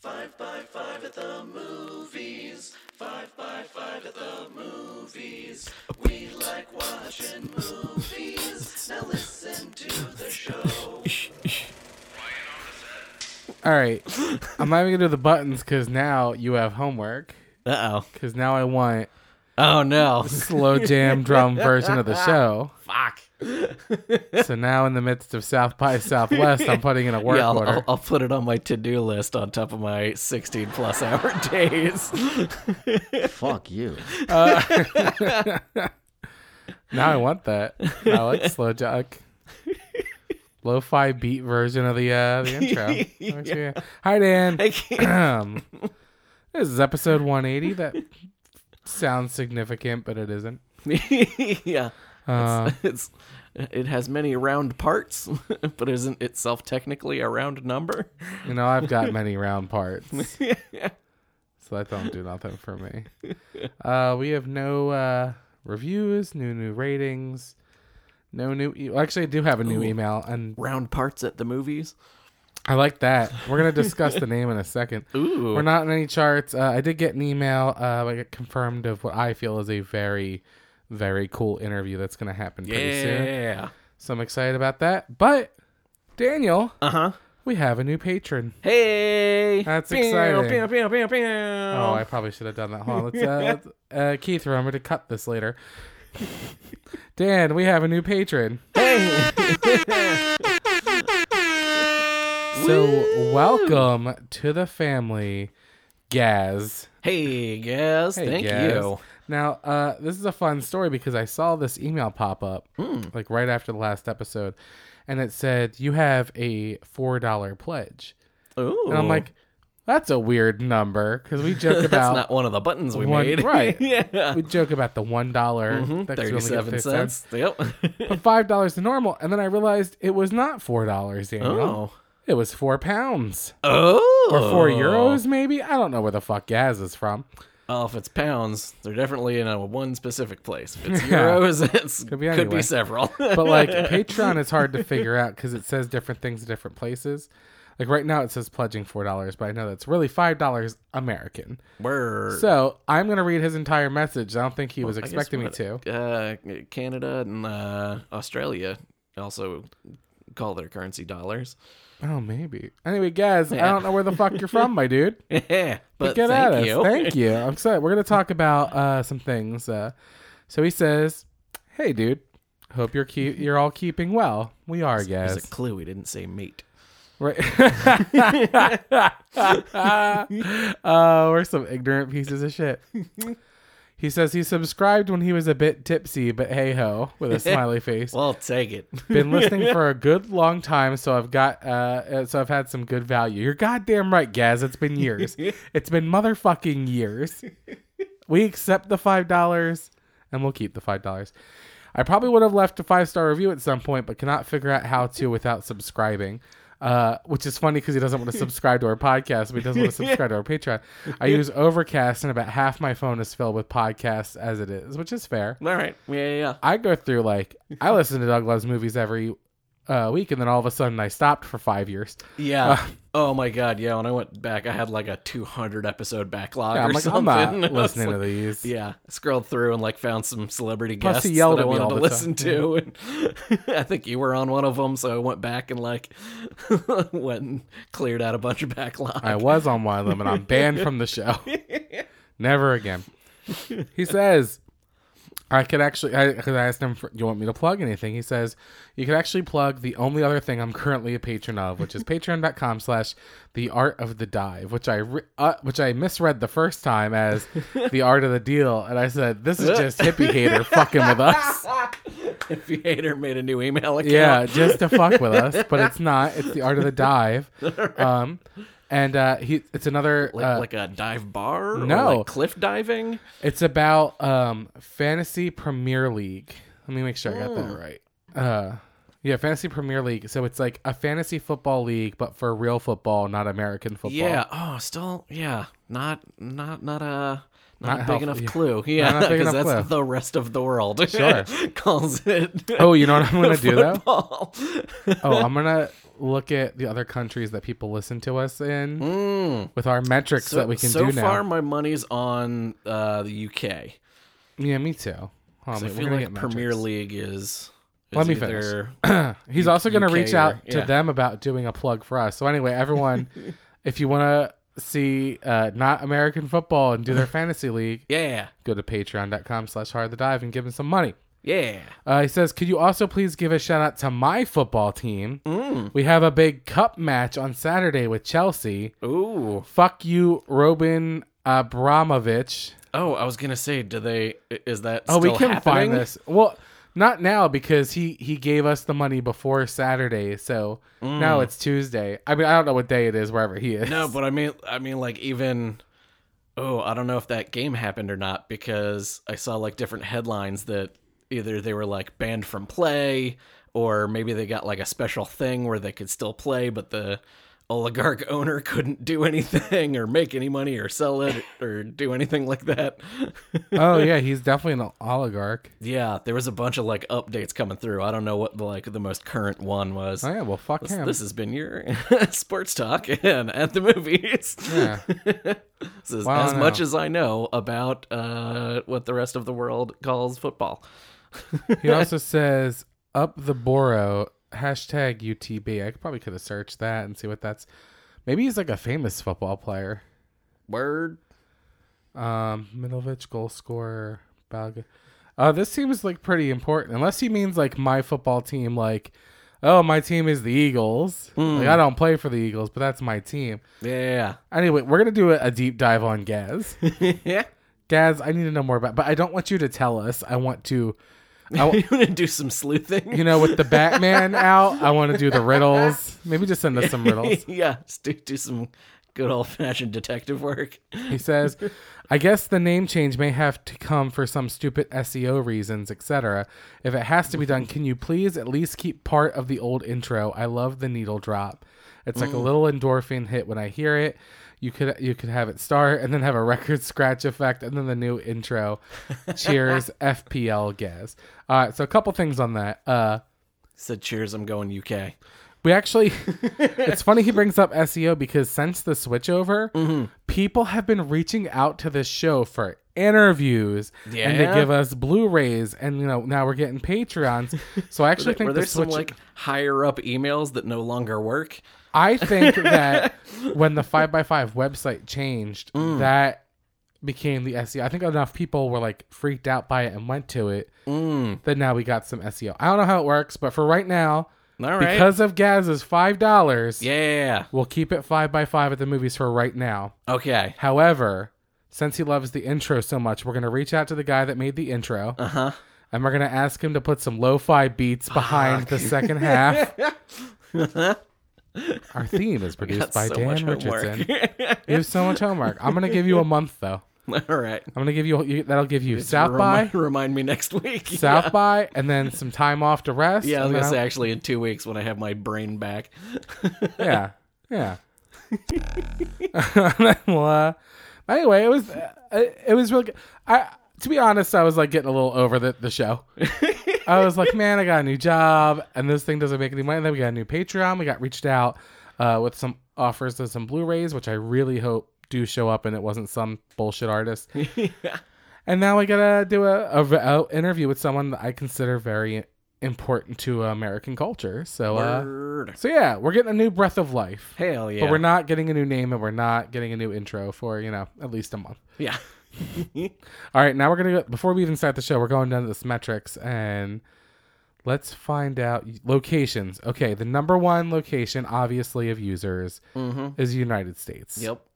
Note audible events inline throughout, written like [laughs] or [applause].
Five by five at the movies. Five by five at the movies. We like watching movies. Now listen to the show. All right. I'm not even going to do the buttons because now you have homework. Uh oh. Because now I want Oh no. slow jam drum version of the show. Fuck. So now in the midst of South by Southwest, I'm putting in a work yeah, I'll, order. I'll, I'll put it on my to do list on top of my 16 plus [laughs] hour days. [laughs] Fuck you. now I want that. I like slow jock. Lo-fi beat version of the uh, the intro. Yeah. Hi Dan. I can't- Um, this is episode 180. That sounds significant, but it isn't. [laughs] yeah. Uh, It's it has many round parts, [laughs] but isn't itself technically a round number? you know, I've got many round parts, [laughs] so that don't do nothing for me. Uh, we have no uh, reviews, new new ratings, no new. E- well, actually, I do have a new email, and Round parts at the movies. I like that. We're gonna discuss the name in a second. [laughs] Ooh. We're not in any charts. Uh, I did get an email. Uh, I got confirmed of what I feel is a very, very cool interview that's gonna happen pretty soon. Yeah. So I'm excited about that. But Daniel, Uh huh. we have a new patron. Hey. That's Pew, exciting. pew, pew, pew, pew. Um, Oh, I probably should have done that. Hold on. Let's, uh, let's- uh, Keith, remember to cut this later. Dan, we have a new patron. so welcome to the family, Gaz. Hey, guys. Hey, Thank Gaz. you. Now, uh, this is a fun story because I saw this email pop up Hmm. like right after the last episode, and it said you have a four dollar pledge, Ooh. and I'm like, that's a weird number because [laughs] we joke that's about not one of the buttons we one- made. right. [laughs] yeah. we joke about the one Mm-hmm. Thirty-seven cents. Yep. but five dollars to normal, and then I realized it was not four dollars, Daniel. oh. It was four pounds [laughs] Oh. or four euros, maybe. I don't know where the fuck Gaz is from. Oh, if it's pounds, they're definitely in a one specific place. If it's [laughs] Yeah. euros, [laughs] it's Could could be be, anywhere. several. [laughs] but like [laughs] Patreon is hard to figure out because it says different things at different places. Like right now it says pledging four dollars, but I know that's really five dollars American. Word. So I'm gonna read his entire message. I don't think he was Er. I guess expecting me what- to. Uh, Canada and uh, Australia also call their currency dollars. [laughs] Oh, maybe. Anyway, guys, I Yeah. don't know where the fuck you're from, [laughs] my dude. Yeah, but Get thank at us. you. Thank you. I'm excited. We're gonna talk about uh, some things. Uh, so he says, "Hey, dude. Hope you're [laughs] keep you're all keeping well. We are, guys. There's a clue. He didn't say meat. [laughs] Right. [laughs] uh, we're some ignorant pieces of shit. He says he subscribed when he was a bit tipsy, but hey ho, with a smiley [laughs] face. Well, take it. [laughs] [laughs] Been listening for a good long time, so I've got uh, uh, so I've had some good value. You're goddamn right, Gaz. It's been years. it's been motherfucking years. We accept the five dollars, and we'll keep the five dollars. I probably would have left a five star review at some point, but cannot figure out how to without subscribing. Uh, which is funny because he doesn't want to subscribe to our podcast, but he doesn't want to subscribe to our Patreon. I use Overcast, and about half my phone is filled with podcasts as it is, which is fair. All right. Yeah, yeah, yeah. I go through like I listen to Doug Loves Movies every uh, week, and then all of a sudden I stopped for five years. Yeah. Uh, oh my god. Yeah. When I went back, I had like a 200 episode backlog Yeah, or I'm like, I'm something. [laughs] I not was listening like- to these. Yeah, I scrolled through and like found some celebrity Plus, guests he yelled that I at me wanted all to the listen to, and [laughs] I think you were on one of them. So I went back and like [laughs] went and cleared out a bunch of backlog. [laughs] I was on one of them, and I'm banned from the show. Never again. He says, I could actually, because I, asked him, for, you want me to plug anything? He says, you could actually plug the only other thing I'm currently a patron of, which is patreon.com slash the art of the dive, which I, re- uh, which I misread the first time as the art of the deal. And I said, this is just hippie hater fucking with [laughs] us. if you hate her, made a new email account. Yeah, just to fuck with us, but it's not. It's the art of the dive. Um, and uh, he, it's another Like, uh, like a dive bar? no. Or like cliff diving? It's about um fantasy Premier League. Let me make sure I got Hmm. that right. Uh yeah, fantasy Premier League. So it's like a fantasy football league, but for real football, not American football. Yeah. Oh, still, yeah. Not, not, not a. Not Not, a big helpful, enough yeah. clue. Yeah, not big because enough that's clue. the rest of the world. [laughs] Sure. calls it. [laughs] [laughs] Oh, you know what I'm gonna do though? football. Oh, I'm gonna look at the other countries that people listen to us in Mm. with our metrics So, that we can so do far, now. my money's on uh, the UK. Yeah, me too. Hold on, So I we're feel gonna like get Premier metrics. League is. Let is me finish. either- He's also going to UK reach out or- to yeah. them about doing a plug for us. So anyway, everyone, [laughs] if you want to see uh, not American football and do their fantasy league, Yeah, go to patreon.com slash hard the dive and give him some money. yeah. Uh, he says, could you also please give a shout out to my football team? Mm. We have a big cup match on Saturday with Chelsea. [coughs] Ooh. Fuck you, Robin Abramovich. Oh, I was gonna say, do they? i- Is that? Oh, we still can happening? find this. Well, not now because he he gave us the money before Saturday, so now it's Tuesday. I mean, I don't know what day it is wherever he is. No, but I mean, I mean, like even. Oh, I don't know if that game happened or not because I saw like different headlines that either they were like banned from play or maybe they got like a special thing where they could still play, but the oligarch [laughs] owner couldn't do anything or make any money or sell it or do anything like that. [laughs] [laughs] oh yeah, he's definitely an oligarch. yeah, there was a bunch of like updates coming through. I don't know what like the most current one was. Oh yeah, well fuck This, him. this has been your [laughs] sports talk and at the movies. yeah. [laughs] This is Wow, as no. much as I know about uh, what the rest of the world calls football. He also says up the borough hashtag UTB. I probably could have searched that and see what that's. Maybe he's like a famous football player. Word. Um, Middlevich goal scorer. Balga. Uh, this seems like pretty important, unless he means like my football team. Like, oh, my team is the Eagles. Like, I don't play for the Eagles, but that's my team. Yeah. Anyway, we're gonna do a, a deep dive on Gaz. yeah. [laughs] Gaz, I need to know more about, but I don't want you to tell us. I want to, you want to do some sleuthing? you know, with the Batman out, I want to do the riddles. Maybe just send us some riddles. [laughs] yeah. Just do, do some good old fashioned detective work. He says, I guess the name change may have to come for some stupid SEO reasons, etc. If it has to be done, can you please at least keep part of the old intro? I love the needle drop. It's like a little endorphin hit when I hear it. You could you could have it start and then have a record [laughs] scratch effect and then the new intro. Cheers, FPL Gaz. All right, so a couple things on that. Uh Said cheers. I'm going UK. we actually, [laughs] it's funny he brings up SEO because since the switchover, Mm-hmm. people have been reaching out to this show for interviews, and Yeah? they give us Blu-rays, and you know now we're getting [laughs] Patreons. So I actually think Were the there some switch. like higher up emails that no longer work? I [laughs] think that when the five by five website changed, Mm. that became the SEO. I think enough people were like freaked out by it and went to it. Mm. That now we got some SEO. I don't know how it works, but for right now, All right. because of Gaz's five dollars, yeah. We'll keep it five by five at the movies for right now. Okay. However, since he loves the intro so much, we're gonna reach out to the guy that made the intro, Uh huh. and we're gonna ask him to put some lo-fi beats Ah, behind the second [laughs] half. Our theme is produced by Dan [laughs] Richardson. You have so much homework. I'm gonna give you a month though. [laughs] All right. I'm gonna give you, you that'll give you South by, Remi- [laughs] Remind me next week. South by, and then some time off to rest. [laughs] Yeah, I was and gonna say then actually in two weeks when I have my brain back. [laughs] I'll- yeah, yeah. [laughs] And then we'll, uh, anyway, it was uh, it was really. Good. I to be honest, I was like getting a little over the, the show. I was like, man, I got a new job, and this thing doesn't make any money. Then we got a new Patreon. We got reached out uh, with some offers of some Blu-rays, which I really hope do show up, and it wasn't some bullshit artist. And now I gotta do a, a, re- a interview with someone that I consider very important to American culture. So, uh, Word. so yeah, we're getting a new breath of life. Hell yeah. But we're not getting a new name and we're not getting a new intro for, you know, at least a month. Yeah. All right, now we're going to go, before we even start the show, we're going down to this metrics and let's find out locations. Okay, the number one location, obviously, of users is the United States. Mm-hmm. Yep.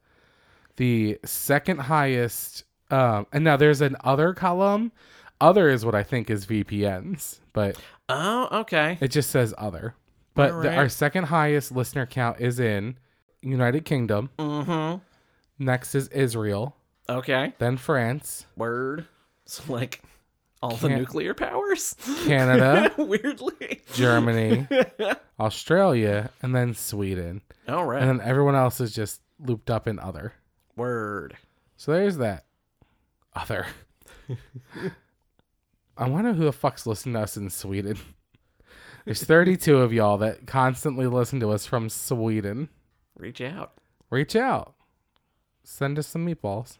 The second highest, um, and now there's an other column. Other is what I think is VPNs, but Oh, okay. it just says other. But the, Alright. our second highest listener count is in United Kingdom. Mm-hmm. Next is Israel, Okay. then France, Word. So like all the Can't- nuclear powers? [laughs] Canada, Weirdly. Germany, Australia, and then Sweden. [laughs] All right. And then everyone else is just looped up in other. Word. So there's that other. I wonder who the fuck's listening to us in Sweden. There's 32 of y'all that constantly listen to us from Sweden. Reach out. Reach out. Send us some meatballs.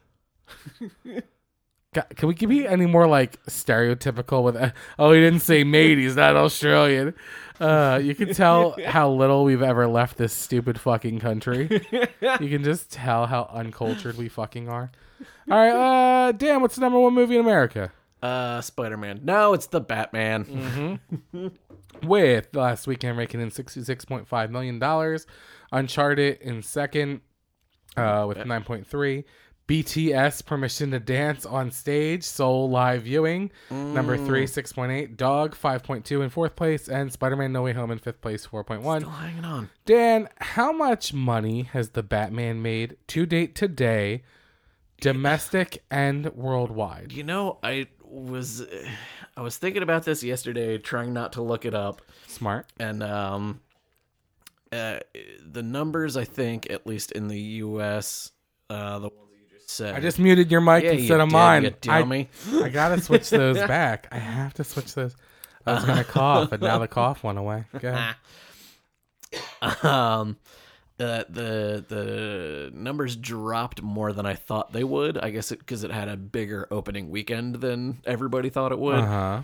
God, can we can be any more like stereotypical with? [laughs] uh, oh, he didn't say mate. He's not Australian. Uh, you can tell how little we've ever left this stupid fucking country. You can just tell how uncultured we fucking are. All right, uh, damn. What's the number one movie in America? Uh, Spider Man. No, it's the Batman. Mm-hmm. with last weekend raking in $66.5 million. Uncharted in second Mm-hmm. uh, with 9.3. BTS Permission to Dance on Stage, Soul Live Viewing. Number Mm. three, 6.8. Dog, 5.2 in fourth place. And Spider Man No Way Home in fifth place, 4.1. [laughs] Still hanging on. Dan, how much money has the Batman made to date today, domestic and worldwide? You know, I was, [sighs] I was thinking about this yesterday, trying not to look it up, Smart. and um, uh, the numbers I think, at least in the U.S., uh, the ones that you just said. I just muted your mic yeah, you instead of did, mine. You I- dummy. I gotta switch [laughs] those back. I have to switch those. I was gonna cough, but now the cough went away. Go [laughs] ahead. um the the the numbers dropped more than I thought they would. I guess because it, had a bigger opening weekend than everybody thought it would. Uh huh.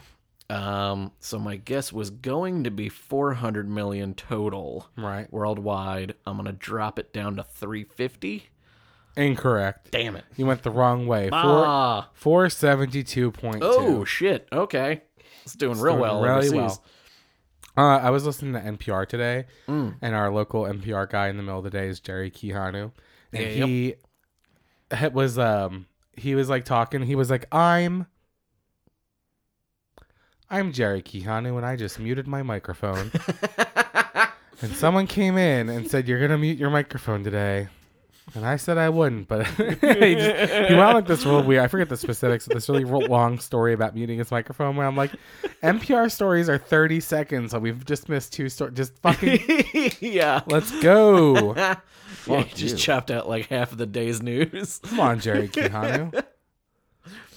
Um, so my guess was going to be 400 million total Right. worldwide. I'm gonna drop it down to 350. Incorrect. Damn it! You went the wrong way. Four Ah, four seventy two point oh two. shit. Okay, it's doing real doing well. really overseas. well. Uh, I was listening to NPR today, Mm. and our local NPR guy in the middle of the day is Jerry Kihanu, and Yeah, yep. he it was um he was like talking. He was like, "I'm." I'm Jerry Kihanu, and I just muted my microphone. and someone came in and said, "You're gonna mute your microphone today," and I said I wouldn't. But [laughs] he, just, he wound up this real weird. I forget the specifics of this really real long story about muting his microphone. Where I'm like, NPR stories are 30 seconds, and we've just missed two stories. Just [laughs] fucking yeah. let's go. Yeah, Fuck he just you. chopped out like half of the day's news. [laughs] Come on, Jerry Kihanu.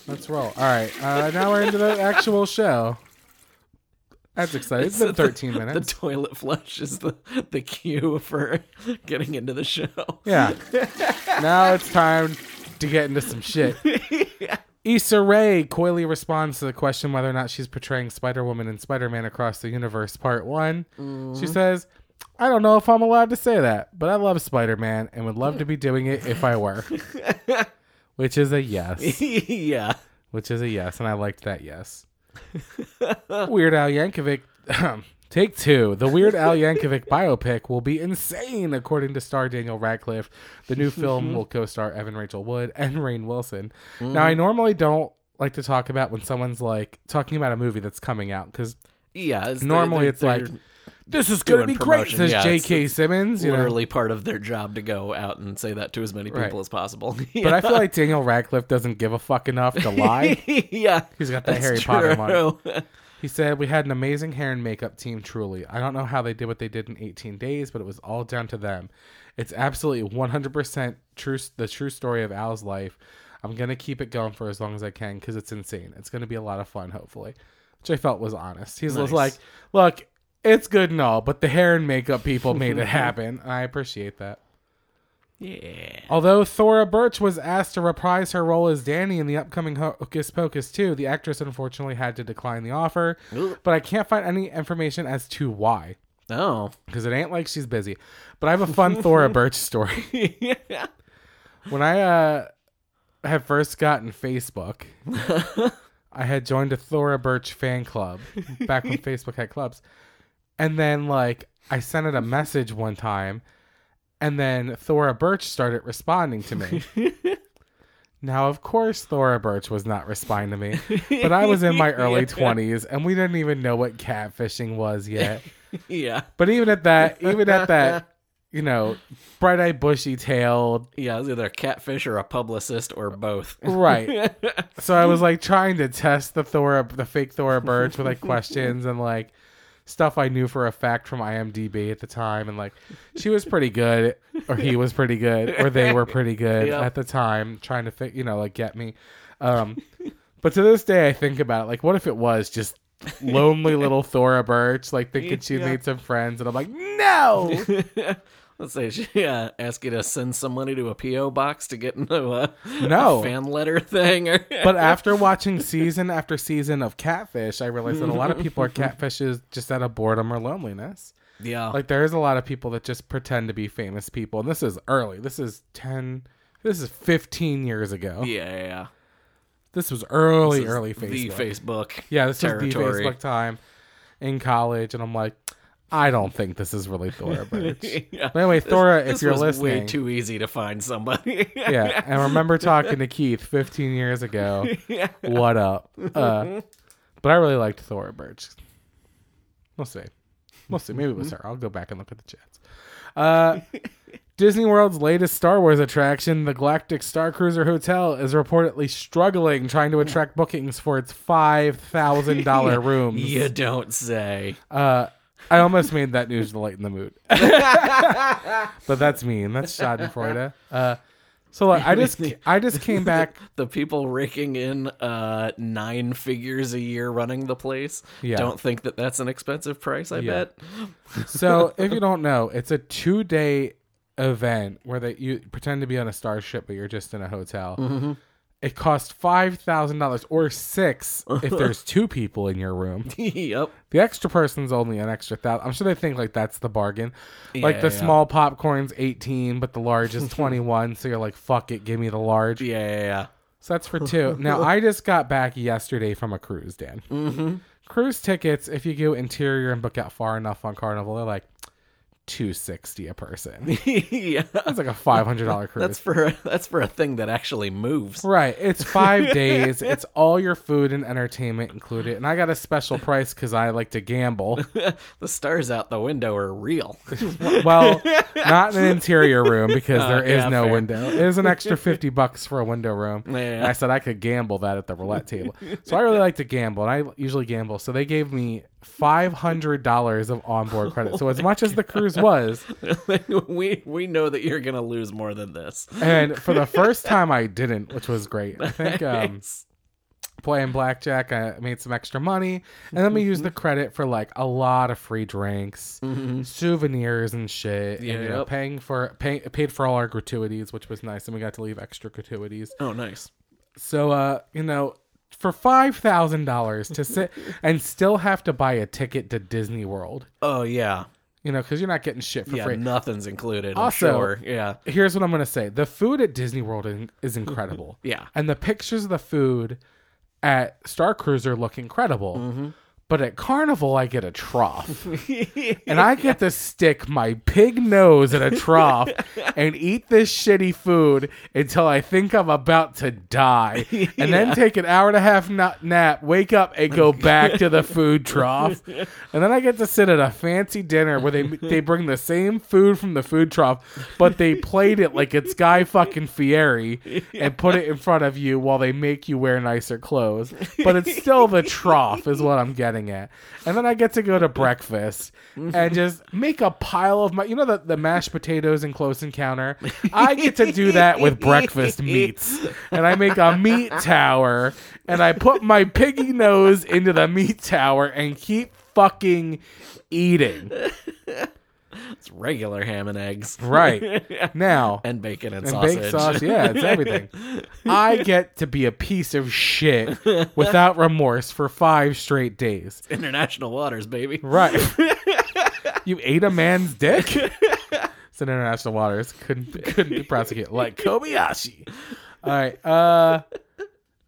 Let's roll. All right, uh, now we're into the actual show. That's exciting. It's been 13 The minutes. toilet flush is the, the cue for [laughs] getting into the show. [laughs] Yeah. [laughs] now it's time to get into some shit. Issa Rae coyly responds to the question whether or not she's portraying Spider Woman and Spider Man across the universe, part one. She says, I don't know if I'm allowed to say that, but I love Spider Man and would love to be doing it if I were. Which is a yes. yeah. Which is a yes, and I liked that [laughs] yes. Weird Al Yankovic. um, Take two. The Weird Al [laughs] Yankovic biopic will be insane, according to star Daniel Radcliffe. The new Mm-hmm. film will co star Evan Rachel Wood and Rain Wilson. Now, I normally don't like to talk about when someone's like talking about a movie that's coming out because Yeah. it's- normally they're- it's like, they're this is going to be doing great, promotion. says Yeah, it's- J.K. Simmons. You know? literally part of their job to go out and say that to as many people Right. as possible. [laughs] But I feel like Daniel Radcliffe doesn't give a fuck enough to lie. yeah. [laughs] He's got the That's Harry Potter money. true. [laughs] He said, We had an amazing hair and makeup team, truly. I don't know how they did what they did in 18 days, but it was all down to them. It's absolutely 100% true, the true story of Al's life. I'm going to keep it going for as long as I can because it's insane. It's going to be a lot of fun, hopefully. Which I felt was honest. He was Nice. like, Look, it's good and all, but the hair and makeup people made it happen. [laughs] And I appreciate that. Yeah. Although Thora Birch was asked to reprise her role as Danny in the upcoming Hocus Pocus 2, the actress unfortunately had to decline the offer, Ooh. but I can't find any information as to why, Oh. because it ain't like she's busy. But I have a fun Thora Birch story. [laughs] yeah. When I uh, had first gotten Facebook, I had joined a Thora Birch fan club back when Facebook had clubs. And then, like, I sent it a message one time, and then Thora Birch started responding to me. now, of course, Thora Birch was not responding to me, but I was in my [laughs] early 20s, and we didn't even know what catfishing was yet. Yeah. But even at that, even at that, you know, bright eyed, bushy tailed, Yeah. It's either a catfish or a publicist or both. right. so I was like trying to test the Thora, the fake Thora Birch with like questions and like stuff I knew for a fact from IMDb at the time, and like she was pretty good, or he was pretty good, or they were pretty good Yep. at the time, trying to fi- you know like get me. Um, but to this day, I think about it, like what if it was just lonely little Thora Birch, like thinking she Yeah. made some friends, and I'm like, no. Let's say she [laughs] uh, ask you to send some money to a PO box to get into a, No. a fan letter thing, or [laughs] But after watching season after season of Catfish, I realized that a lot of people are catfishes just out of boredom or loneliness. [laughs] yeah, Like there is a lot of people that just pretend to be famous people, and this is early. This is ten. This is fifteen years ago. yeah, yeah, yeah. This was early, This is early Facebook. the Facebook, Yeah, this was the territory. [laughs] Facebook time in college, and I'm like, I don't think this is [laughs] really Thora Birch. Yeah. But anyway, Thora, This if you're was listening, way too easy to find somebody. [laughs] yeah, and remember talking to Keith 15 years ago. What up? Uh, but I really liked Thora Birch. We'll see. We'll see. Maybe it was her. I'll go back and look at the chats. Uh, Disney World's latest Star Wars attraction, the Galactic Star Cruiser Hotel, is reportedly struggling trying to attract bookings for its five thousand dollar rooms. you don't say. Uh, I almost made that news to lighten the mood, [laughs] but that's mean. That's Schadenfreude. Uh, so like, I just I just came back. the people raking in uh nine figures a year running the place Yeah. don't think that that's an expensive price i Yeah. bet [laughs] So if you don't know, it's a two day event where that you pretend to be on a starship, but you're just in a hotel. It costs five thousand dollars or six if there's two people in your room. yep The extra person's only an extra thousand. I'm sure they think like that's the bargain. like the Yeah, yeah. small popcorn's 18, but the large is 21. so you're like, fuck it, give me the large. yeah yeah, yeah. So that's for two. now I just got back yesterday from a cruise, Dan. Mm-hmm. Cruise tickets, if you go interior and book out far enough on Carnival, they're like 260 a [laughs] person. yeah That's like a $500 cruise. that's for [laughs] that's for a thing that actually moves Right. It's five days. It's all your food and entertainment included. And I got a special price because I like to gamble. the stars out the window are real [laughs] Well, not in an interior room because there is Uh, yeah, no fair. window. It is an [laughs] extra 50 bucks for a window room. Yeah. And I said I could gamble that at the roulette table. So I really like to gamble, and I usually gamble. So they gave me $500 of onboard credit. [laughs] So as Oh much as the cruise was, we we know that you're gonna lose more than this and for the first time I didn't, which was great. I think [laughs] um, playing blackjack, I made some extra money. And then we used the credit for like a lot of free drinks, souvenirs and shit. and, you know, Mm-hmm. Yep. paying for pay, paid for all our gratuities, which was nice. And we got to leave extra gratuities. oh nice So uh, you know, for five thousand dollars to [laughs] sit and still have to buy a ticket to Disney World, oh yeah you know, because you're not getting shit for yeah free. nothing's included Also- I'm sure. yeah Here's what I'm gonna say: the food at Disney World in- is incredible. [laughs] Yeah. and the pictures of the food at Star Cruiser look incredible. But at Carnival, I get a trough, and I get to stick my pig nose at a trough and eat this shitty food until I think I'm about to die, and then take an hour and a half na- nap, wake up, and go back to the food trough, and then I get to sit at a fancy dinner where they they bring the same food from the food trough, but they plate it like it's Guy fucking Fieri and put it in front of you while they make you wear nicer clothes. But it's still the trough, is what I'm getting at. And then I get to go to breakfast and just make a pile of my, you know, the, the mashed potatoes in Close Encounter. I get to do that with breakfast meats. And I make a meat tower and I put my piggy nose into the meat tower and keep fucking eating. it's regular ham and eggs Right. Now. [laughs] and bacon and, and sausage baked sauce. Yeah, it's everything. I get to be a piece of shit without remorse for five straight days. [laughs] international waters baby Right. you ate a man's dick. it's in international waters. Couldn't couldn't be prosecuted like Kobayashi. All right. Uh,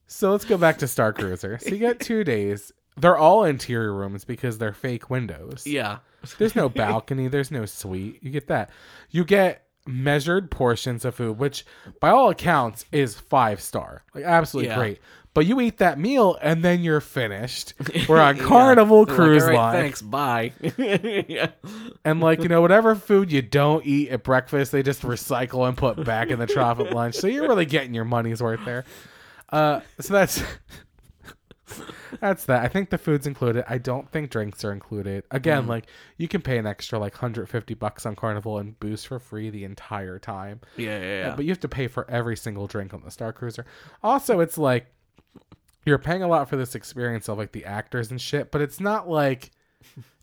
so let's go back to Star Cruiser. So you got two days. They're all interior rooms because they're fake windows. yeah There's [laughs] no balcony. There's no suite. You get that. You get measured portions of food, which by all accounts is five star. Like absolutely Yeah. great. But you eat that meal and then you're finished. We're [laughs] on Carnival They're like, Cruise "All right, Line. Thanks, bye. [laughs] yeah. And like, you know, whatever food you don't eat at breakfast, they just recycle and put back in the trough at lunch. So you're really getting your money's worth there. Uh, so that's that's that. I think the food's included. I don't think drinks are included. Again, like you can pay an extra like 150 bucks on Carnival and booze for free the entire time. Yeah, yeah, yeah. But you have to pay for every single drink on the Star Cruiser. Also, it's like you're paying a lot for this experience of like the actors and shit, but it's not like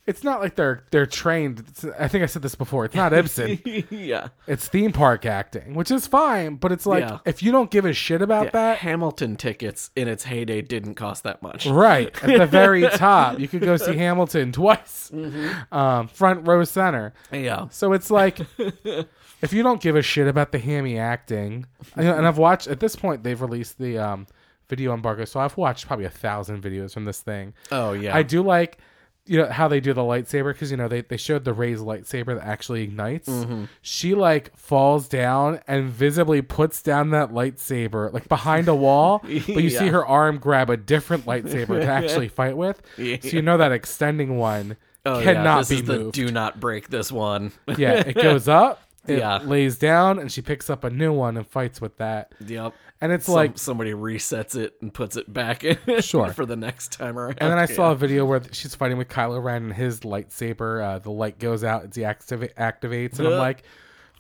it's not like they're they're trained. It's- I think I said this before. It's not Ibsen. [laughs] yeah. it's theme park acting, which is fine, but it's like Yeah. if you don't give a shit about that, Hamilton tickets in its heyday didn't cost that much. Right. At the [laughs] very top. You could go see Hamilton twice. Mm-hmm. Um, front row center. Yeah. So it's [laughs] like if you don't give a shit about the hammy acting and and I've watched at this point they've released the um, video embargo, so I've watched probably a thousand videos from this thing. Oh yeah. I do like you know how they do the lightsaber because you know they, they showed the Ray's lightsaber that actually ignites. Mm-hmm. She like falls down and visibly puts down that lightsaber like behind a [laughs] wall, but you see Yeah. her arm grab a different lightsaber [laughs] to actually fight with. So you know that extending one oh, yeah, cannot this be is the moved. do not break this one. [laughs] [laughs] yeah, it goes up, it Yeah. lays down, and she picks up a new one and fights with that. yep. And it's Some- like somebody resets it and puts it back in [laughs] Sure. for the next time around. And then I saw a video where th- she's fighting with Kylo Ren and his lightsaber. Uh, the light goes out, it deactiva- activates, and I'm like,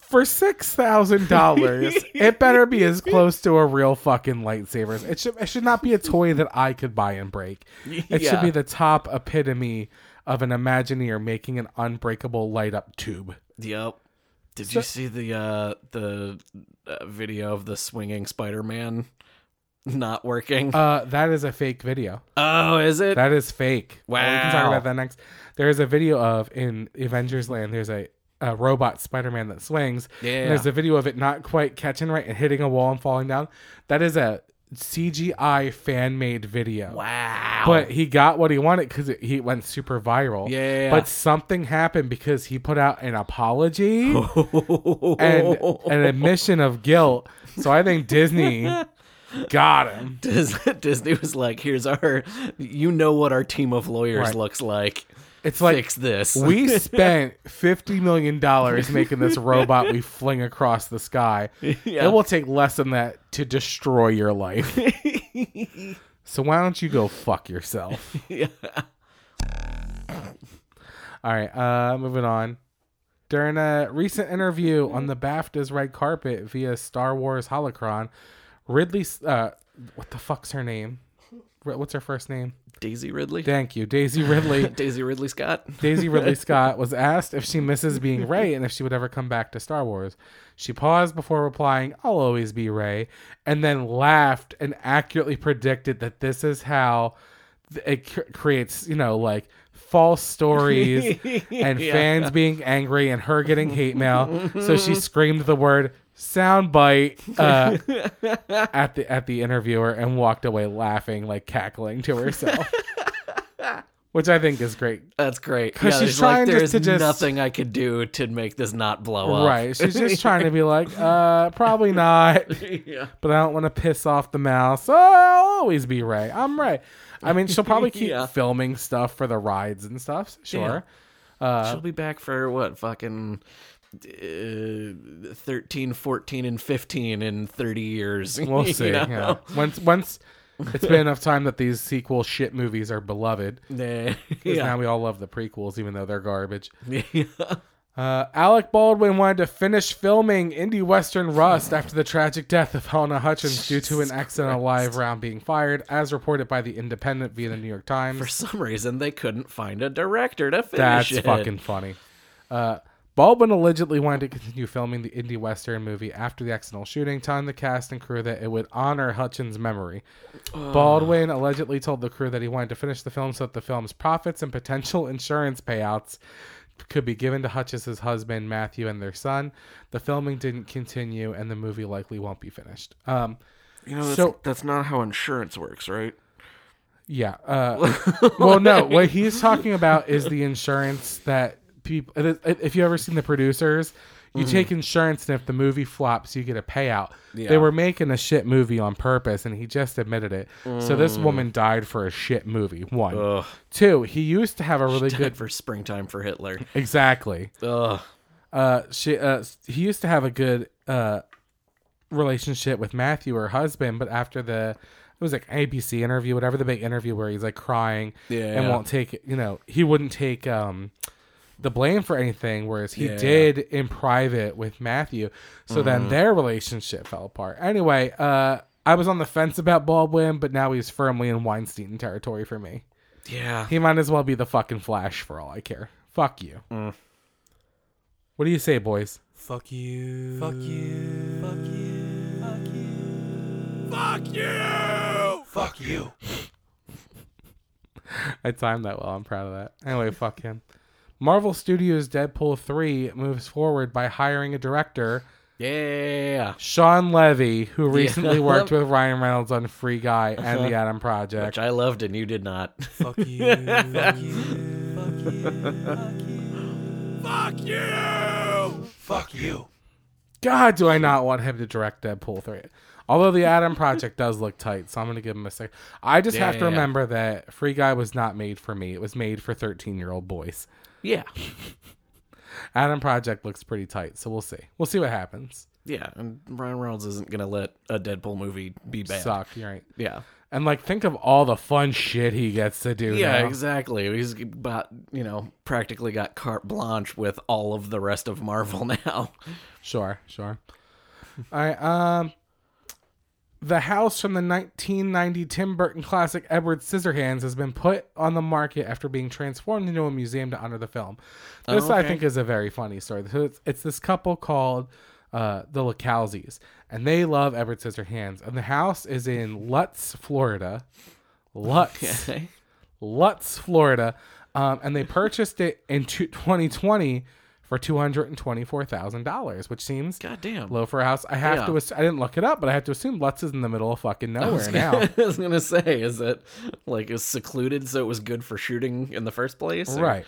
for six thousand [laughs] dollars, it better be as close to a real fucking lightsaber. as- It should it should not be a toy that I could buy and [laughs] break. It should Yeah. be the top epitome of an Imagineer making an unbreakable light up tube. Yep. Did you see the uh the uh, video of the swinging Spider-Man [laughs] not working? Uh, that is a fake video. oh, is it? That is fake. Uh, Wow. We can talk about that next. There is a video of in Avengers Land. There's a, a robot Spider Man that swings. Yeah. And there's a video of it not quite catching right and hitting a wall and falling down. That is a CGI fan made video. wow. But he got what he wanted because he went super viral. Yeah, yeah, yeah. But something happened because he put out an [laughs] apology and an admission of guilt. So I think [laughs] Disney got him. Dis- [laughs] Disney was like, "Here's our, you know what our team of lawyers Right. looks like. It's like Fix this." [laughs] we spent fifty million dollars making this robot we fling across the sky. Yeah. It will take less than that to destroy your life. so why don't you go fuck yourself? [laughs] Yeah. All right, uh, moving on. During a recent interview on the BAFTA's red carpet via Star Wars Holocron, Ridley, uh, what the fuck's her name? Ri- What's her first name? Daisy Ridley. Thank you, Daisy Ridley. [laughs] Daisy Ridley Scott. Daisy Ridley Scott was asked if she misses being Rey and if she would ever come back to Star Wars. She paused before replying, I'll always be Rey, and then laughed and accurately predicted that this is how th- it cr- creates, you know, like false stories and fans being angry and her getting hate mail. So she screamed the word soundbite uh, at the at the interviewer and walked away laughing, like cackling to herself. Which I think is great That's great. 'Cause Yeah, she's she's trying like, just there's to just- nothing I could do to make this not blow up. [laughs] Right. She's just trying to be like, uh, probably not, yeah. but I don't want to piss off the mouse. So I'll always be Ray. I'm Ray. I mean, she'll [laughs] probably keep Yeah. filming stuff for the rides and stuff. Sure. uh, She'll be back for what fucking uh, 13, 14 and 15 in 30 years. [laughs] We'll You see. know? yeah. Once, once it's been enough time that these sequel shit movies are beloved. Nah. 'cause Yeah. Now we all love the prequels, even though they're garbage. [laughs] Yeah. Uh, Alec Baldwin wanted to finish filming Indie Western Rust after the tragic death of Helena Hutchins due to an accidental [laughs] live round being fired, as reported by The Independent via the New York Times. For some reason, they couldn't find a director to finish That's it. fucking funny. Uh, Baldwin allegedly wanted to continue filming the indie western movie after the accidental shooting, telling the cast and crew that it would honor Hutchins' memory. Baldwin allegedly told the crew that he wanted to finish the film so that the film's profits and potential insurance payouts could be given to Hutchins' husband Matthew and their son. The filming didn't continue, and the movie likely won't be finished. Um, You know, that's, So- that's not how insurance works, right? Yeah. Uh, well, [laughs] no. What he's talking about is the insurance that people. If you ever seen the producers, Mm-hmm. you take insurance, and if the movie flops, you get a payout. They were making a shit movie on purpose, and he just admitted it. So this Mm. woman died for a shit movie. One, Ugh. two. He used to have a really Good good. for springtime for Hitler. Exactly. Ugh. Uh, she. Uh, he used to have a good. Uh, relationship with Matthew, her husband, but after the it was like ABC interview, whatever the big interview where he's like crying and Yeah. won't take you know, he wouldn't take um the blame for anything, whereas he did Mm-hmm. in private with Matthew. So then their relationship fell apart. Anyway, uh I was on the fence about Baldwin, but now he's firmly in Weinstein territory for me. Yeah. He might as well be the fucking Flash for all I care. Fuck you. Mm. What do you say, boys? Fuck you. Fuck you. Fuck you. Fuck you. Fuck you. I timed that well. I'm proud of that. Anyway, [laughs] fuck him. Marvel Studios Deadpool 3 moves forward by hiring a director, Yeah. Sean Levy, who recently [laughs] worked Lev- with Ryan Reynolds on Free Guy Uh-huh. and The Adam Project. Which I loved and you did not. Fuck you. Fuck you. Fuck you. Fuck you. Fuck you. God, do I not want him to direct Deadpool 3. Although The Adam Project does look tight, so I'm going to give him a second. I just have to yeah, yeah. remember that Free Guy was not made for me. It was made for 13 year old boys. [laughs] yeah. Adam Project looks pretty tight, so we'll see. We'll see what happens. Yeah. And Ryan Reynolds isn't gonna let a Deadpool movie be bad. Suck, you're right. Yeah. And like, think of all the fun shit he gets to do. Yeah, now. exactly. He's about you know practically got carte blanche with all of the rest of Marvel [laughs] now. Sure, sure. All right. Um, the house from the 1990 Tim Burton classic Edward Scissorhands has been put on the market after being transformed into a museum to honor the film. This, I Oh, okay. think, is a very funny story. So it's, it's this couple called uh, the Lacalzis, and they love Edward Scissorhands. And the house is in Lutz, [laughs] Florida. Lutz. Okay. Lutz, Florida, um, and they purchased it in two- 2020 for two hundred and twenty-four thousand dollars, which seems God damn. [laughs] low for a house. I have Yeah. to. ass- I didn't look it up, but I have to assume Lutz is in the middle of fucking I was nowhere now. gonna- [laughs] I was gonna say, is it like is secluded so it was good for shooting in the first place? or- Right.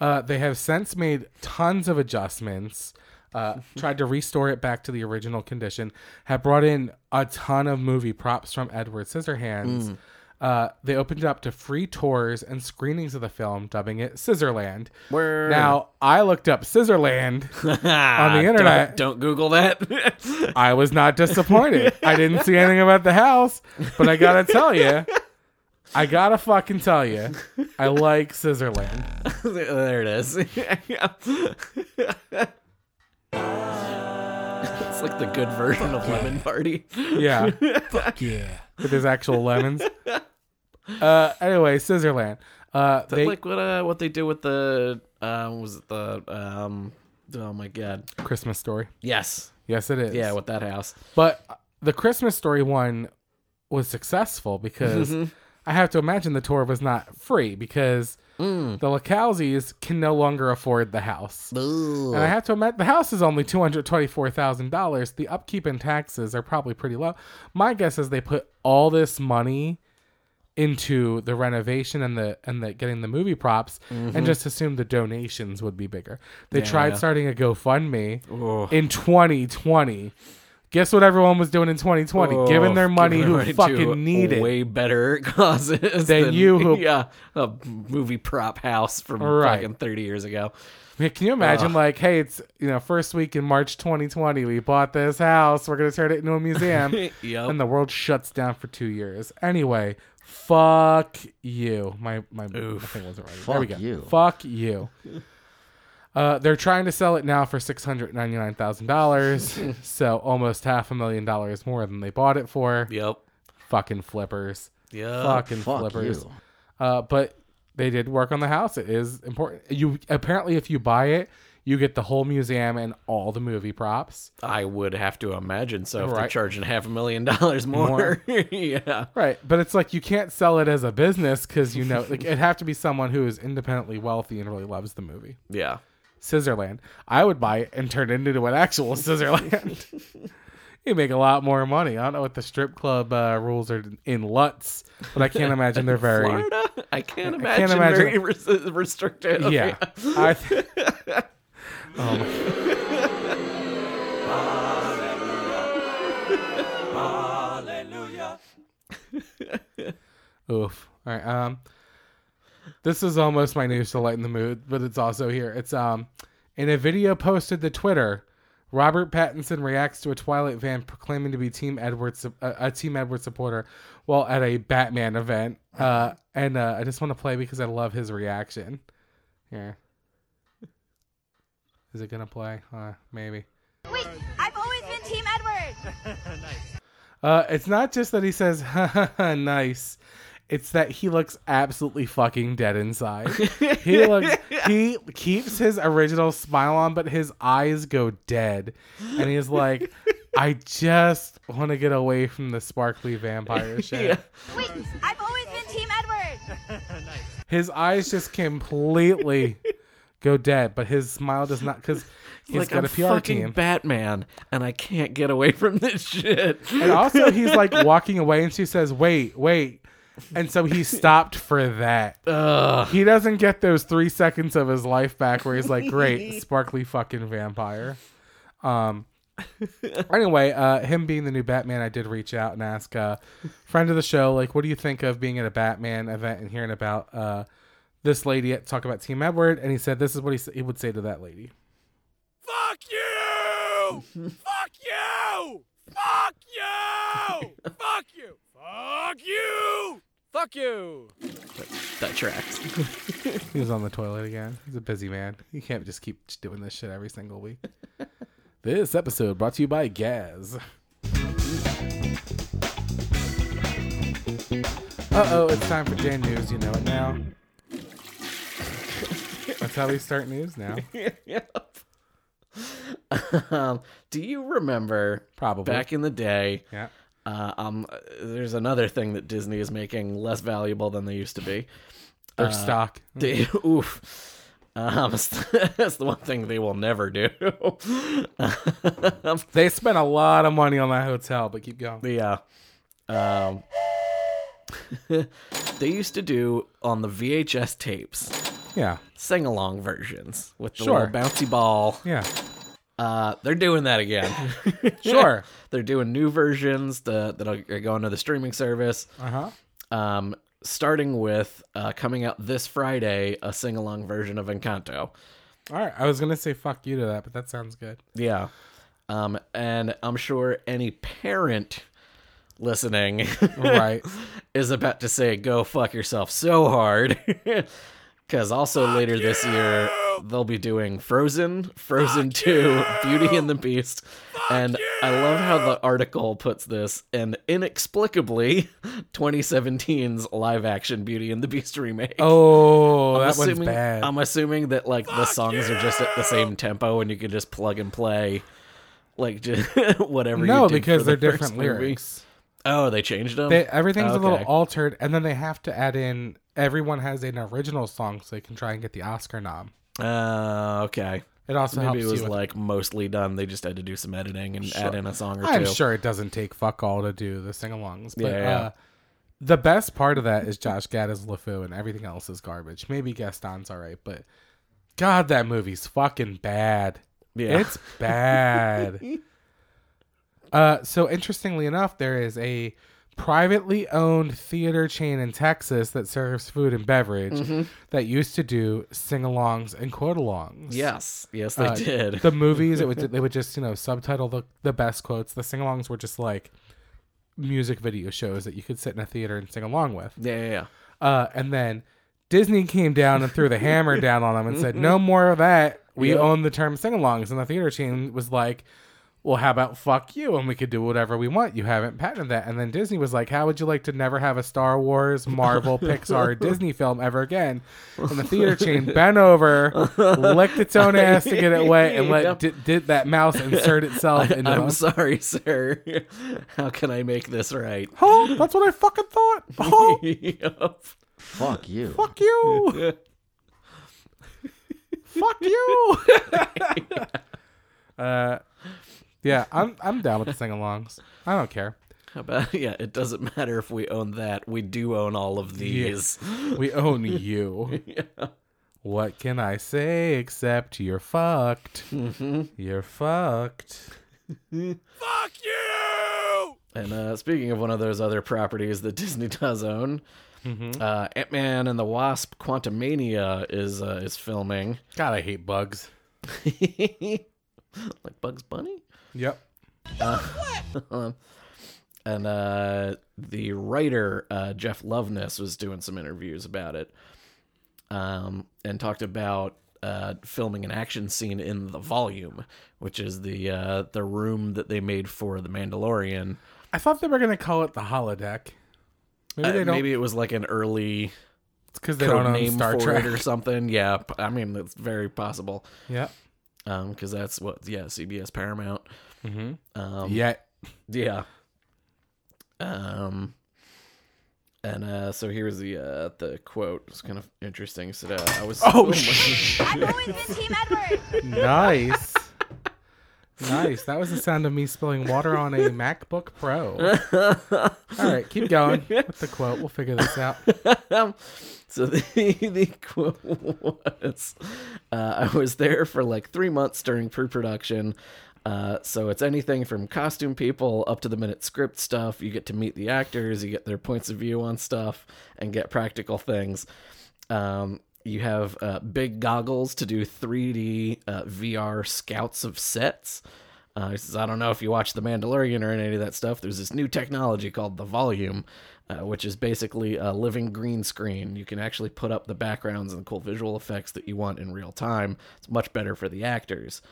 Uh, they have since made tons of adjustments, [laughs] uh, tried to restore it back to the original condition, have brought in a ton of movie props from Edward Scissorhands. Mm. Uh, they opened it up to free tours and screenings of the film, dubbing it Scissorland. Word. Now, I looked up Scissorland. [laughs] on internet. Don't, don't Google that. [laughs] I was not disappointed. I didn't see anything about the house, but I gotta tell you, I gotta fucking tell you, I like Scissorland. there it is. [laughs] it's like the good version of Lemon Party. Yeah. Fuck yeah. With his actual lemons. Uh, anyway, Scissorland. Uh, They, they, like what uh, what they do with the uh, was it the um oh my god Christmas story. yes Yes, it is. yeah with that house but uh, the Christmas story one was successful because Mm-hmm. I have to imagine the tour was not free because Mm. the Lacalzis can no longer afford the house. And I have to admit, the house is only two hundred twenty-four thousand dollars. The upkeep and taxes are probably pretty low. My guess is they put all this money into the renovation and the and the getting the movie props, and just assumed the donations would be bigger. They tried starting a GoFundMe in twenty twenty. Guess what everyone was doing in 2020? giving their money Giving who money to fucking needed. way better [laughs] causes Than you who- [laughs] yeah a movie prop house from Right. fucking thirty years ago I mean, can you imagine, like, hey, it's you know, first week in March 2020, we bought this house. We're gonna turn it into a [laughs] museum, [laughs] Yep. and the world shuts down for two years. Anyway, fuck you. My my, my thing wasn't right. there we go. Fuck you. Fuck you. [laughs] Uh, they're trying to sell it now for six hundred ninety nine thousand dollars, so almost half a million dollars more than they bought it for. yep Fucking flippers. yep Fucking Fuck flippers. you. Uh, but they did work on the house. It is important. You apparently, if you buy it, you get the whole museum and all the movie props. I would have to imagine so if they're Right. charging half a million dollars more, [laughs] yeah Right, but it's like you can't sell it as a business because you know, like it'd have to be someone who is independently wealthy and really loves the movie. yeah Scissorland. I would buy it and turn it into an actual Scissorland. you make a lot more money. I don't know what the strip club uh, rules are in Lutz, but I can't imagine they're very. Florida I I can't can't imagine, imagine- very [laughs] res- restricted [laughs] Yeah, I. Th- oh my. Hallelujah. Oof. All right. Um, this is almost my news to lighten the mood, but it's also here. It's um, in a video posted to Twitter, Robert Pattinson reacts to a Twilight fan proclaiming to be Team Edward, su- a, a Team Edward supporter, while at a Batman event. Uh, and uh, I just want to play because I love his reaction. Here. [laughs] Is it gonna play? Uh, maybe. Wait, I've always been Team Edward. Uh, it's not just that he says [laughs] "Ha, ha, ha, nice. It's that he looks absolutely fucking dead inside. [laughs] He looks he keeps his original smile on, but his eyes go dead. And he's [laughs] like, I just want to get away from the sparkly [laughs] vampire shit. Wait, I've always been Team Edward. His eyes just completely go dead, but his smile does not because he's like got I'm a PR fucking team. Batman, and I can't get away [laughs] from this shit. And also, he's like walking away, and she says, "Wait, wait," and so he stopped for that. He doesn't get those three seconds of his life back where he's like, "Great, sparkly fucking vampire." Um. anyway, uh, him being the new Batman, I did reach out and ask a friend of the show, like, "What do you think of being at a Batman event and hearing about uh, this lady talk about Team Edward?" And he said, "This is what he, s- he would say to that lady." Fuck [laughs] you! Fuck you! Fuck you! Fuck you! Fuck you! Fuck you! that tracks. [laughs] He was on the toilet again. He's a busy man. You can't just keep doing this shit every single week. this episode brought to you by Gaz. Uh oh, it's time for Dan News. You know it now. That's how we start news now. yep. [laughs] um, do you remember Probably. back in the day? yeah. Uh, um, there's another thing that Disney is making less valuable than they used to be. Their stock. They, [laughs] oof. Um, [laughs] that's the one thing they will never do. [laughs] um, They spent a lot of money on that hotel, but keep going. the uh, um, [laughs] they used to do on the VHS tapes Yeah. sing along versions with the Sure. little bouncy [laughs] ball. Yeah. Uh, they're doing that again. [laughs] Sure. they're doing new versions that that are going to the streaming service. Uh huh. Um, starting with uh, coming out this Friday, a sing along version of Encanto. All right. I was going to say fuck you to that, but that sounds good. Yeah. Um, and I'm sure any parent listening [laughs] Right. is about to say, go fuck yourself so hard. [laughs] Because also later this year, they'll be doing Frozen, Frozen 2, Beauty and the Beast. and I love how the article puts this, and inexplicably, [laughs] 2017's live action Beauty and the Beast remake. Oh, that assuming, one's bad. I'm assuming that like the songs are just at the same tempo and you can just plug and play like [laughs] just whatever no, you did because for they're the first different movie. lyrics. Oh, they changed them. They, everything's a Okay. little altered, and then they have to add in. Everyone has an original song, so they can try and get the Oscar nom. Uh, okay. It also Maybe it helps was you. with- like mostly done. They just had to do some editing and add in a song or I'm two. sure it doesn't take fuck all to do the sing-alongs, but Yeah, yeah. Uh, the best part of that is Josh Gad is LeFou, and everything else is garbage. Maybe Gaston's all right, but God, that movie's fucking bad. Yeah. It's [laughs] bad. uh, so interestingly enough, there is a privately owned theater chain in Texas that serves food and beverage Mm-hmm. that used to do sing-alongs and quote-alongs. yes, yes, they Uh, did. The movies, it would they would just you know subtitle the the best quotes. The sing-alongs were just like music video shows that you could sit in a theater and sing along with. [laughs] yeah, yeah, yeah. Uh, and then Disney came down and threw the hammer down on them and said, "No more of that. We own the term sing-alongs." And the theater chain was like, "Well, how about fuck you? And we could do whatever we want. You haven't patented that." And then Disney was like, "How would you like to never have a Star Wars, Marvel, Pixar, Disney film ever again?" And the theater chain bent over, licked its own ass to get it wet, and let di did that mouse insert itself into. I'm the- sorry, [laughs] sir. How can I make this right? Oh, that's what I fucking thought. [laughs] Oh, Yup. Fuck you. fuck you. fuck you. [laughs] uh, yeah, I'm I'm down with the sing-alongs. I don't care. How about yeah? It doesn't matter if we own that. We do own all of these. We own [laughs] you. What can I say except you're fucked. Mm-hmm. You're fucked. Fuck you! And uh, speaking of one of those other properties that [laughs] Disney does own, Mm-hmm. uh, Ant Man and the Wasp: Quantumania is uh, is [laughs] filming. God, I hate bugs. like Bugs Bunny. Yep. And uh, the writer uh, Jeff Loveness was doing some interviews about it, um, and talked about uh, filming an action scene in the volume, which is the uh, the room that they made for the Mandalorian. I thought they were gonna call it the holodeck. Maybe Uh, they don't maybe it was like an early because they code don't own name Star for Trek. it [laughs] or something. Yeah, p- I mean that's very possible Yeah. because that's what yeah CBS Paramount. Um, Mm-hmm. Yeah. Yeah. Um. And uh, so here's the uh, the quote. It's kind of interesting. So uh, I was [laughs] Oh, my- I've always been Team [laughs] Edward. Nice. nice. That was the sound of me spilling water on a [laughs] MacBook Pro. All right, keep going [laughs] with the quote. We'll figure this out. Um, [laughs] so the, the quote was uh, I was there for like three months during pre production. Uh, so it's anything from costume people up to the minute script stuff. You get to meet the actors, you get their points of view on stuff, and get practical things. Um, you have uh, big goggles to do 3D uh, VR scouts of sets. Uh, he says, I don't know if you watch The Mandalorian or any of that stuff. There's this new technology called the volume, uh, which is basically a living green screen. You can actually put up the backgrounds and the cool visual effects that you want in real time. It's much better for the actors.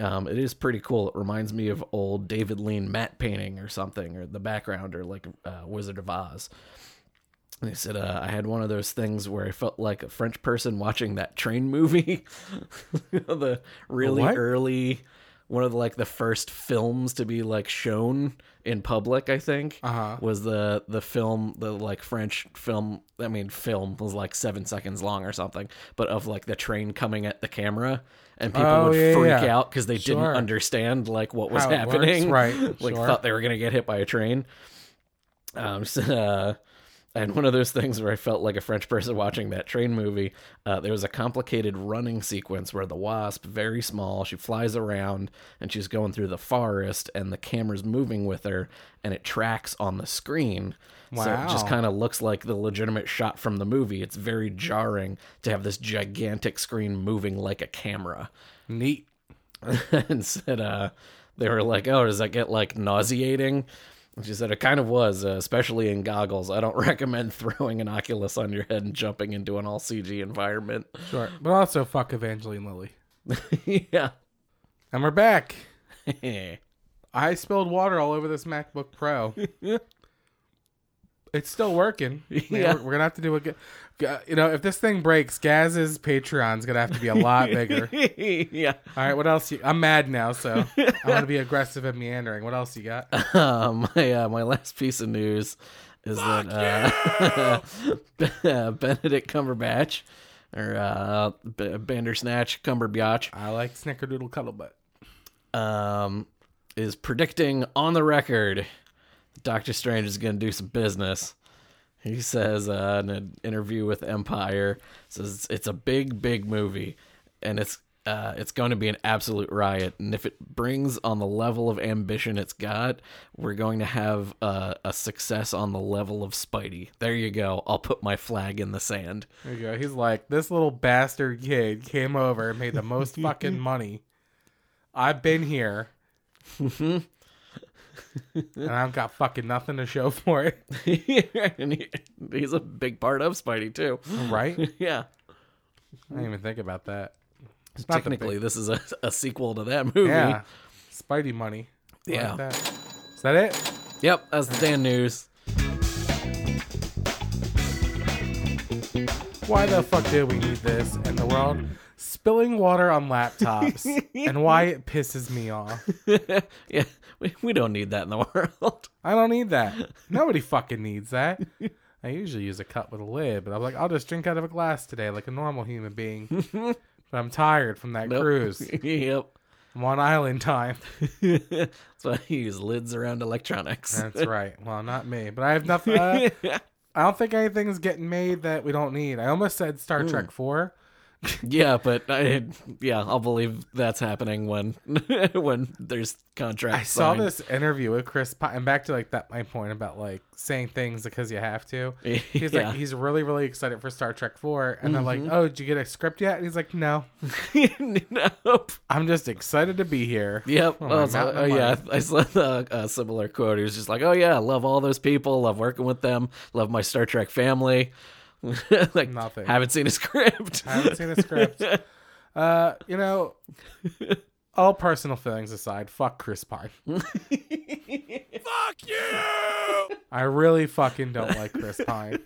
Um, it is pretty cool. It reminds me of old David Lean matte painting or something, or the background, or like uh, Wizard of Oz. And he said, uh, I had one of those things where I felt like a French person watching that train movie. [laughs] the really What? early, one of the, like the first films to be like shown in public, I think, Uh-huh. was the, the film, the like French film. I mean, film was like seven seconds long or something, but of like the train coming at the camera and people Oh, would yeah, freak yeah. out because they Sure. didn't understand like what was How it works, happening. [laughs] right, like sure. thought they were going to get hit by a train. Um, [laughs] so, uh, and one of those things where I felt like a French person watching that train movie. Uh, there was a complicated running sequence where the wasp, very small, she flies around and she's going through the forest, and the camera's moving with her, and it tracks on the screen. So it just Wow. kind of looks like the legitimate shot from the movie. It's very jarring to have this gigantic screen moving like a camera Neat. [laughs] and said uh they were like oh does that get like nauseating and she said it kind of was uh, especially in goggles i don't [laughs] recommend throwing an oculus on your head and jumping into an all cg environment [laughs] Sure. But also fuck Evangeline Lilly. yeah And we're back. yeah I spilled water all over this MacBook Pro. it's still working. Man, Yeah. we're, we're gonna have to do a good. You know, if this thing breaks, Gaz's Patreon's gonna have to be a [laughs] lot bigger. All right, what else? You, I'm mad now, so I'm gonna be aggressive and meandering. What else you got? um, [laughs] my, uh, my last piece of news is that uh, [laughs] benedict cumberbatch or uh, B- bandersnatch cumberbatch I like Snickerdoodle Cuddlebutt. um, is predicting on the record that Doctor Strange is going to do some business. He says uh, in an interview with Empire, says it's, it's a big, big movie, and it's uh, it's going to be an absolute riot. And if it brings on the level of ambition it's got, we're going to have uh, a success on the level of Spidey. There you go. I'll put my flag in the sand. [laughs] There you go. He's like, this little bastard kid came over and made the [laughs] most fucking money. I've been here. and I've got fucking nothing to show for it. [laughs] and he, he's a big part of Spidey too. [laughs] Right? I yeah. didn't even think about that. It's not the technically big- this is a, a sequel to that movie. Yeah. Spidey money. I like Yeah. that. Is that it? Yep, that's the Dan news. [laughs] Why the fuck do we need this in the world? Spilling water on [laughs] laptops and why it pisses me off. yeah, we, we don't need that in the [laughs] world. I don't need that. Nobody fucking needs that. I usually use a cup with a lid, but I'm like, I'll just drink out of a glass today like a normal human being. [laughs] but I'm tired from that Nope. cruise. [laughs] yep. I'm on island time. that's why you use lids around electronics. [laughs] That's right. Well, not me, but I have nothing. Uh, I don't think anything's getting made that we don't need. I almost said Star Hmm. Trek 4. yeah, but I, yeah, I'll believe that's happening when [laughs] when there's contracts. I saw signed. this interview with Chris Pine. And back to like that my point about like saying things because you have to. He's [laughs] Yeah. like he's really really excited for Star Trek 4 and they're Mm-hmm. like, "Oh, did you get a script yet?" And he's like, "No. [laughs] nope. I'm just excited to be here." Yep. Oh, Oh, my it's like- mountain oh, of yeah. money. I saw the, a similar quote. He was just like, "Oh yeah, I love all those people. Love working with them. Love my Star Trek family." [laughs] like Nothing. Haven't seen a script. [laughs] I haven't seen the script. Uh, you know, all personal feelings aside, fuck Chris Pine. Fuck you! I really fucking don't like Chris Pine.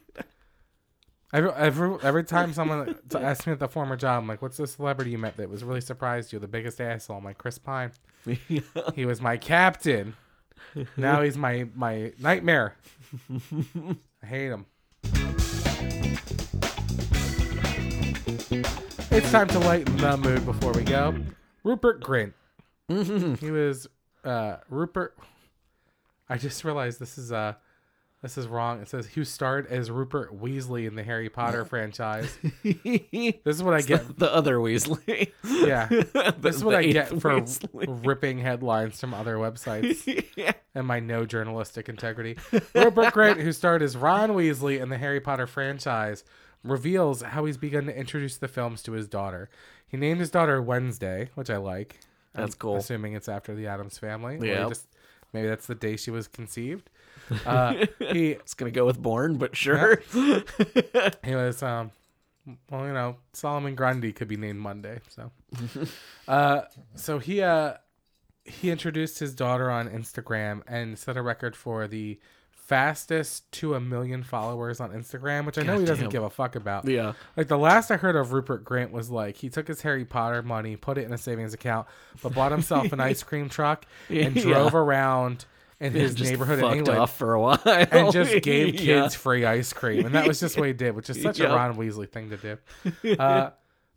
Every, every every time someone t- asks me at the former job, I'm like, "What's the celebrity you met that was really surprised you? The biggest asshole." I'm like, "Chris Pine. [laughs] He was my captain. Now he's my my nightmare. I hate him." It's time to lighten the mood before we go. Rupert Grint. Mm-hmm. He was uh, Rupert. I just realized this is uh this is wrong. It says who starred as Rupert Weasley in the Harry [laughs] Potter franchise. [laughs] This is what I get. the other Weasley. [laughs] Yeah, The- this is what [laughs] the I get eighth for [laughs] Weasley. [laughs] ripping headlines from other websites and my no journalistic [laughs] integrity. Rupert Grant, who starred as Ron Weasley in the Harry Potter franchise, reveals how he's begun to introduce the films to his daughter. He named his daughter Wednesday, which I like. That's cool. Assuming it's after the Adams family. or he Yep. just- Maybe that's the day she was [laughs] conceived. Uh, he It's gonna go with Born, but sure. [laughs] [laughs] He was, um, well, you know, Solomon Grundy could be named Monday. [laughs] So, uh, so he, uh, he introduced his daughter on Instagram and set a record for the fastest to a million followers on Instagram, which I know he doesn't Goddamn. give a fuck about. yeah. Like the last I heard of Rupert Grant was like he took his Harry Potter money, put it in a savings account, but bought himself [laughs] an ice cream truck and Yeah. drove around in his Just neighborhood in fucked England off for a while [laughs] and just gave kids Oh, Yeah. free ice cream. And that was just what he did, which is such Yep. a Ron Weasley thing to do. Uh,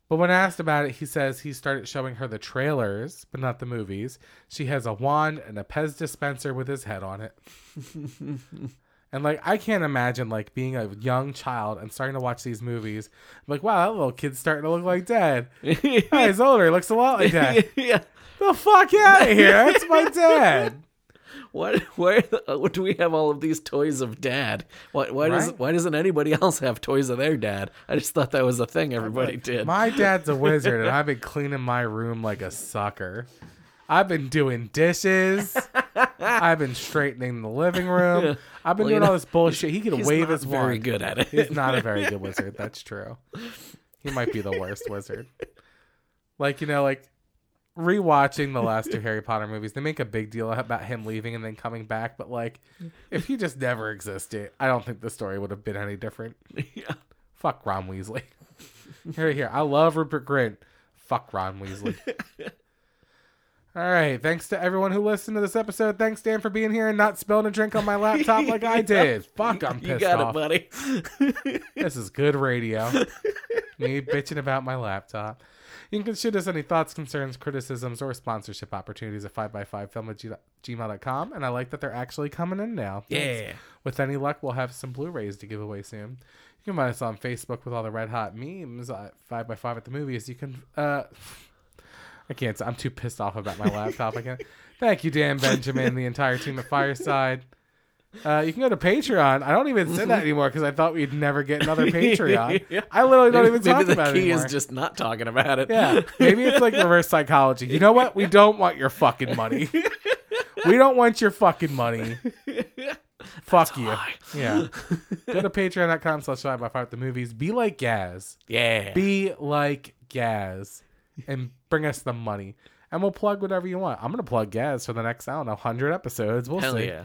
but when asked about it, he says he started showing her the trailers, but not the movies. She has a wand and a Pez dispenser with his head on it. And like I can't imagine like being a young child and starting to watch these movies. like, wow, that little kid's starting to look like dad. [laughs] Oh, he's older, he looks a lot like dad. yeah. the fuck out of here. That's my dad. What? Where what do we have all of these toys of dad? Why? Why does? Right? Why doesn't anybody else have toys of their dad? I just thought that was a thing everybody [laughs] did. My dad's a wizard, and I've been cleaning my room like a sucker. I've been doing [laughs] dishes. I've been straightening the living room. I've been Well, you doing all know, this bullshit. He could He's wave not his very wand. good at it. He's not a very good wizard. That's true. He might be the worst wizard. Like you know, like rewatching the [laughs] last two Harry Potter movies, they make a big deal about him leaving and then coming back. But like, if he just never existed, I don't think the story would have been any different. [laughs] Yeah. Fuck Ron Weasley. [laughs] here, here. I love Rupert Grint. Fuck Ron [laughs] Weasley. All right. Thanks to everyone who listened to this episode. Thanks, Dan, for being here and not spilling a drink on my laptop like [laughs] I did. Fuck, I'm You pissed got off. it, [laughs] buddy. This is good [laughs] radio. Me bitching about my laptop. You can shoot us any thoughts, concerns, criticisms, or sponsorship opportunities at 5x5film at gmail.com. And I like that they're actually coming in now. Thanks. Yeah. With any luck, we'll have some Blu-rays to give away soon. You can find us on Facebook with all the red hot memes at Five by Five at the movies. You can. uh I can't. I'm too pissed off about my laptop. [laughs] I can't. Thank you, Dan Benjamin, the entire team at Fireside. Uh, you can go to Patreon. I don't even say that anymore because I thought we'd never get [laughs] another Patreon. Yeah. I literally don't [laughs] Maybe, even talk maybe the about it key anymore. is just not talking about it. Yeah. Maybe [laughs] it's like reverse psychology. You know what? We don't want your fucking [laughs] money. We don't want your fucking money. Fuck you. Yeah. [laughs] Go to patreon.com slash five by five the movies. Be like Gaz. Yeah. Be like Gaz. And bring us the money. And we'll plug whatever you want. I'm gonna plug Gaz for the next, I don't know, hundred episodes. We'll Hell see. yeah.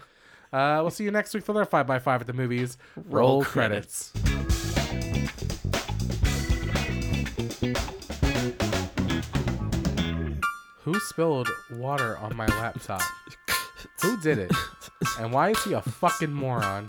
Uh, we'll see you next week for another five by five at the movies. Roll, credits. Who spilled water on my laptop? Who did it? And why is he a fucking moron?